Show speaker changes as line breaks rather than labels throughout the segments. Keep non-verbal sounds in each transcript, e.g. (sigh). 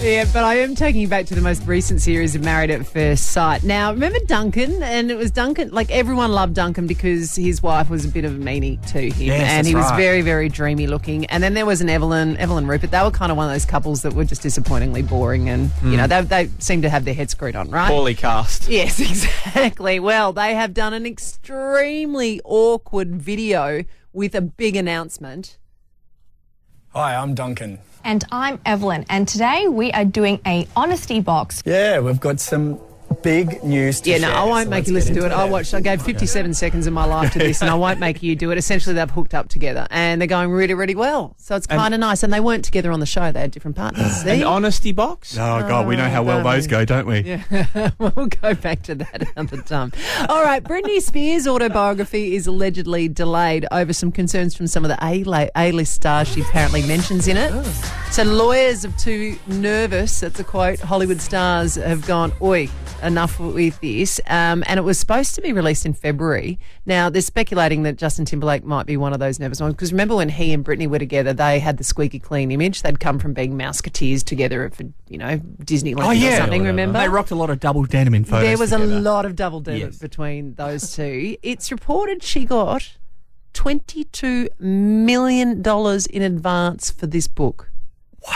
Yeah, but I am taking you back to the most recent series of Married at First Sight. Now, remember Duncan? And it was Duncan, like everyone loved Duncan because his wife was a bit of a meanie to him.
Yes,
and
that's
he was
right.
very, very dreamy looking. And then there was an Evelyn, Evelyn Rupert. They were kind of one of those couples that were just disappointingly boring and,
Hmm.
you know, they, they seemed to have their heads screwed on, right?
Poorly
(laughs)
cast.
Yes, exactly. Well, they have done an extremely awkward video with a big announcement.
Hi, I'm Duncan.
And I'm Evelyn, and today we are doing a honesty box.
Yeah, we've got some big news to
Yeah, no,
share,
I won't
so
make
let's
you listen
get
to it.
into
I watched. I gave 57 seconds of my life to this, and I won't make you do it. Essentially, they've hooked up together, and they're going really, really well. So it's kind of nice. And they weren't together on the show; they had different partners. See,
An honesty box?
Oh, God, we know how well those go, don't we?
(laughs) we'll go back to that (laughs) another time. All right, Britney Spears' autobiography is allegedly delayed over some concerns from some of the A list stars she apparently mentions in it. So lawyers of two nervous, that's a quote, Hollywood stars have gone, oi, enough with this. Um, and it was supposed to be released in February. Now, they're speculating that Justin Timberlake might be one of those nervous ones. Because remember when he and Britney were together, they had the squeaky clean image. They'd come from being mouseketeers together for, you know, Disneyland
Oh, yeah.
or something,
Yeah,
remember?
They rocked a lot of double denim in photos.
There was
together.
a lot of double dip
Yes.
between those two. It's reported she got $22 million in advance for this book.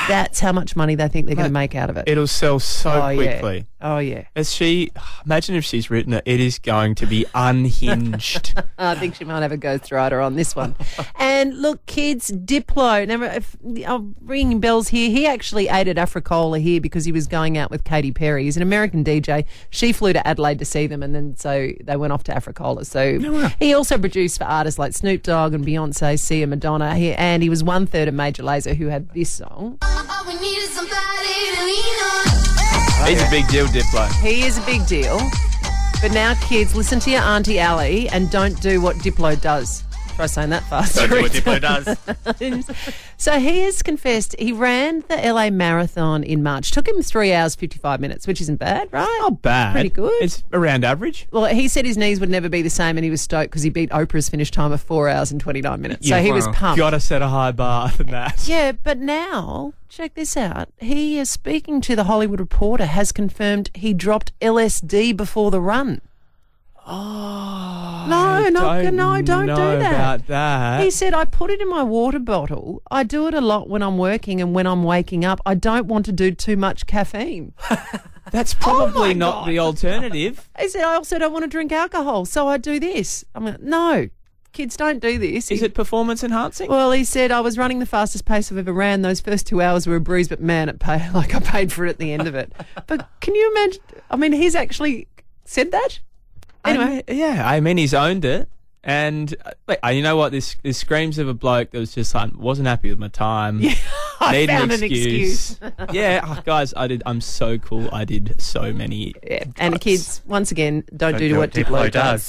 That's how much money they think they're going to make out of it.
It'll sell so
oh,
quickly.
Yeah. Oh, yeah.
As she, imagine if she's written it, it is going to be
(laughs)
unhinged.
I think she might have a ghostwriter on this one. and look, kids, Diplo. Now, if, I'm ringing bells here. He actually aided Africola here because he was going out with Katy Perry. He's an American DJ. She flew to Adelaide to see them, and then so they went off to Africola. So he also produced for artists like Snoop Dogg and Beyonce, Sia, Madonna. He, and he was one third of Major Lazer, who had this song.
All we need is somebody to lean on.
He's a big deal, Diplo.
He is a big deal. But now, kids, listen to your Auntie Ali and don't do what Diplo does. Try saying that fast. (laughs)
does.
so he has confessed he ran the LA Marathon in March. Took him three hours, 55 minutes, which isn't bad, right?
Not bad.
Pretty good.
It's around average.
Oh, well, he said his knees would never be the same and he was stoked because he beat Oprah's finish time of four hours and 29 minutes. so he was pumped.
Gotta set a high bar than that.
Yeah, but now, check this out. He is speaking to the Hollywood Reporter, has confirmed he dropped LSD before the run. Oh. No, not,
don't
no, don't
know
do that.
about that.
He said, I put it in my water bottle. I do it a lot when I'm working and when I'm waking up. I don't want to do too much caffeine.
That's
Oh
probably not the alternative.
He said, I also don't want to drink alcohol, so I do this. I'm like, no, kids, don't do this.
Is it performance enhancing?
Well, he said I was running the fastest pace I've ever ran. Those first two hours were a breeze, but man, it paid (laughs) like I paid for it at the end of it. but can you imagine? I mean, he's actually said that. (laughs) Anyway,
I mean, yeah, I mean he's owned it, and uh, like, uh, you know what? This this screams of a bloke that was just like wasn't happy with my time. Yeah,
I found an excuse.
(laughs) yeah, oh, guys, I did. I'm so cool. I did so many.
Yeah. And kids, once again, don't, do,
do
what
what Diplo
Diplo does.
does.